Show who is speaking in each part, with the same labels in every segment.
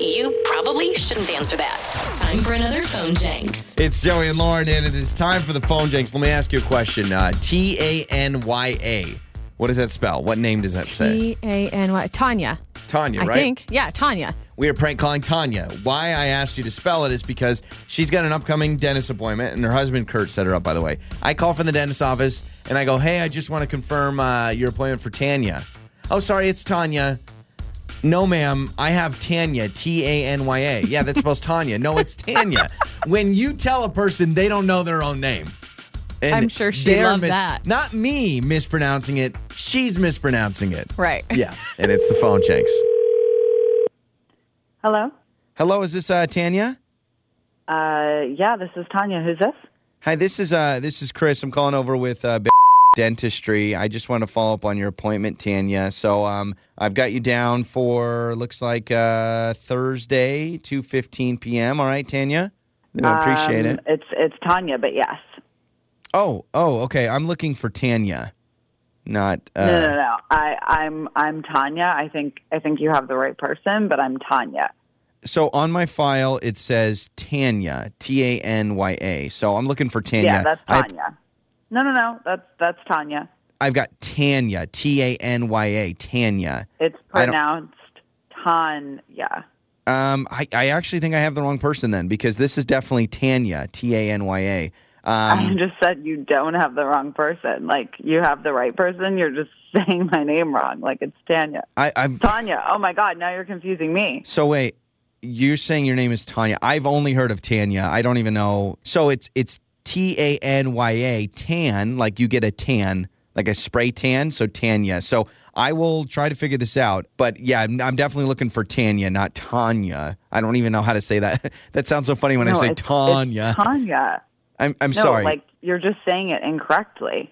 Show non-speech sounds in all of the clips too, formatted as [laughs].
Speaker 1: You probably shouldn't answer that. Time for another phone janks.
Speaker 2: It's Joey and Lauren, and it is time for the phone jinx. Let me ask you a question. Uh, T A N Y A. What does that spell? What name does that say?
Speaker 3: T A N Y. Tanya.
Speaker 2: Tanya,
Speaker 3: I
Speaker 2: right?
Speaker 3: think. Yeah, Tanya.
Speaker 2: We are prank calling Tanya. Why I asked you to spell it is because she's got an upcoming dentist appointment, and her husband Kurt set her up. By the way, I call from the dentist's office, and I go, "Hey, I just want to confirm uh, your appointment for Tanya." Oh, sorry, it's Tanya. No, ma'am, I have Tanya, T A N Y A. Yeah, that
Speaker 3: [laughs]
Speaker 2: spells Tanya. No, it's Tanya. When you tell a person they don't know their own name, and
Speaker 3: I'm sure she
Speaker 2: they're
Speaker 3: loved that.
Speaker 2: Not me mispronouncing it; she's mispronouncing it.
Speaker 3: [laughs] Right.
Speaker 2: Yeah, and it's the phone chanks.
Speaker 4: Hello.
Speaker 2: Hello, is this uh, Tanya?
Speaker 4: Uh, yeah, this is Tanya. Who's this?
Speaker 2: Hi, this is uh this is Chris. I'm calling over with uh, dentistry. I just want to follow up on your appointment, Tanya. So um I've got you down for looks like uh Thursday, 2:15 p.m. All right, Tanya? I appreciate
Speaker 4: Um,
Speaker 2: it.
Speaker 4: It's it's Tanya, but yes.
Speaker 2: Oh, oh, okay. I'm looking for Tanya. Not uh
Speaker 4: no, no, no. I I'm I'm Tanya. I think I think you have the right person, but I'm Tanya.
Speaker 2: So on my file it says Tanya, T A N Y A. So I'm looking for Tanya.
Speaker 4: yeah, that's
Speaker 2: I-
Speaker 4: Tanya. no, no, no. That's that's Tanya.
Speaker 2: I've got Tanya, T A N Y A, Tanya.
Speaker 4: It's
Speaker 2: I don't-
Speaker 4: pronounced Tanya.
Speaker 2: Um, I, I actually think I have the wrong person then because this is definitely Tanya, T A N Y A.
Speaker 4: [laughs] I
Speaker 2: Um,
Speaker 4: just said you don't have the wrong person. Like you have the right person. You're just [laughs] saying my name wrong. Like it's Tanya.
Speaker 2: I, I've
Speaker 4: Tanya. Oh my God. Now you're confusing me.
Speaker 2: so wait. You're saying your name is Tanya. I've only heard of Tanya. I don't even know. So it's it's T A N Y A tan, like you get a tan, like a spray tan. So Tanya. So I will try to figure this out. But yeah, I'm, I'm definitely looking for Tanya, not Tanya. I don't even know how to say that. [laughs] that sounds so funny when I
Speaker 4: No,
Speaker 2: say
Speaker 4: it's- it's
Speaker 2: Tanya.
Speaker 4: Tanya.
Speaker 2: I'm I'm
Speaker 4: No,
Speaker 2: sorry.
Speaker 4: like you're just saying it incorrectly.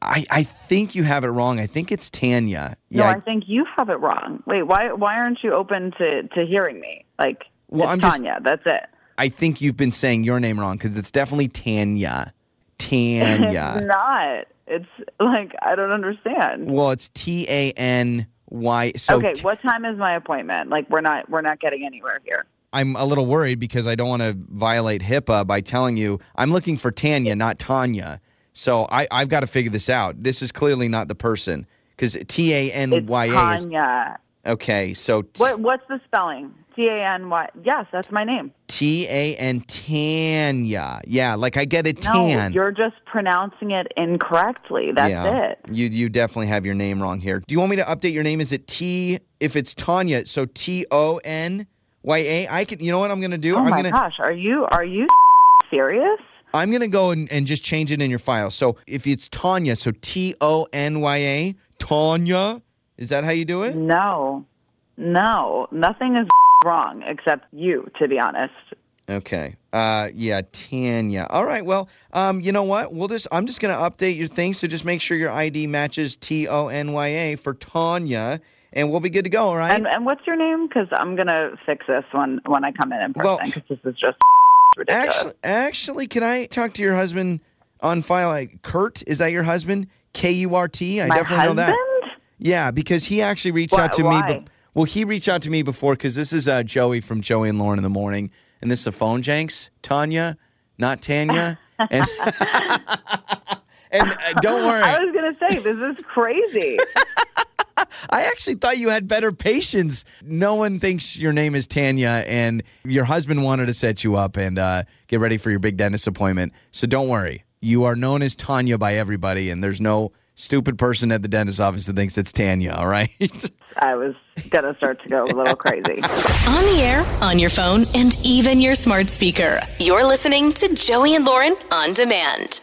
Speaker 2: I, I think you have it wrong. I think it's Tanya.
Speaker 4: No,
Speaker 2: Yeah,
Speaker 4: I think you have it wrong. Wait, why why aren't you open to, to hearing me? Like
Speaker 2: Well,
Speaker 4: it's
Speaker 2: I'm just-
Speaker 4: Tanya, that's it.
Speaker 2: I think you've been saying your name wrong because it's definitely Tanya.
Speaker 4: [laughs] It's
Speaker 2: Tanya.
Speaker 4: not. It's like I don't understand.
Speaker 2: well, it's T A N Y. So
Speaker 4: okay,
Speaker 2: t-
Speaker 4: what time is my appointment? Like we're not we're not getting anywhere here.
Speaker 2: I'm a little worried because I don't want to violate HIPAA by telling you I'm looking for Tanya, not Tanya. So I, I've got to figure this out. This is clearly not the person because T A N
Speaker 4: It's
Speaker 2: Y A is.
Speaker 4: Tanya.
Speaker 2: Okay, so t-
Speaker 4: What what's the spelling? T A N Y. Yes, that's my name.
Speaker 2: T A N Tanya. Yeah, like I get it,
Speaker 4: No,
Speaker 2: Tan.
Speaker 4: you're just pronouncing it incorrectly. That's
Speaker 2: yeah.
Speaker 4: it.
Speaker 2: You you definitely have your name wrong here. Do you want me to update your name? Is it T if it's Tanya, so T O N Y A? I can you know what I'm gonna do?
Speaker 4: Oh
Speaker 2: I'm
Speaker 4: my
Speaker 2: gonna
Speaker 4: gosh, are you are you [laughs] serious?
Speaker 2: I'm gonna go and, and just change it in your file. So if it's Tanya, so T O N Y A, Tanya, is that how you do
Speaker 4: Mm.
Speaker 2: it?
Speaker 4: No, no, nothing is [laughs] wrong except you, to be honest.
Speaker 2: Okay. Uh yeah, Tanya. All right, well, um, you know what? We'll just I'm just gonna update your thing, so just make sure your ID matches T O N Y A for Tanya, and we'll be good to go, all right?
Speaker 4: And, and what's your name? Because I'm gonna fix this when when I come in in
Speaker 2: Well-
Speaker 4: person. Because this is just [laughs] ridiculous.
Speaker 2: Actually, actually, can I talk to your husband on file? Like, Kurt, is that your husband? K U R T. I
Speaker 4: my
Speaker 2: definitely
Speaker 4: husband?
Speaker 2: know that. Yeah, because he actually reached
Speaker 4: Why-
Speaker 2: out to me.
Speaker 4: why?
Speaker 2: bef- well, he reached out to me before because this is uh, Joey from Joey and Lauren in the morning, and this is a phone janks. Tanya, not
Speaker 4: [laughs]
Speaker 2: Tanya. And, [laughs] and uh, don't worry,
Speaker 4: I was gonna say this is
Speaker 2: [laughs]
Speaker 4: crazy.
Speaker 2: I actually thought you had better patience. No one thinks your name is Tanya, and your husband wanted to set you up and uh, get ready for your big dentist appointment. So don't worry. You are known as Tanya by everybody, and there's no stupid person at the dentist office that thinks it's Tanya, all right? [laughs]
Speaker 4: I was gonna start to go a little crazy.
Speaker 1: On the air, on your phone, and even your smart speaker. You're listening to Joey and Lauren on demand.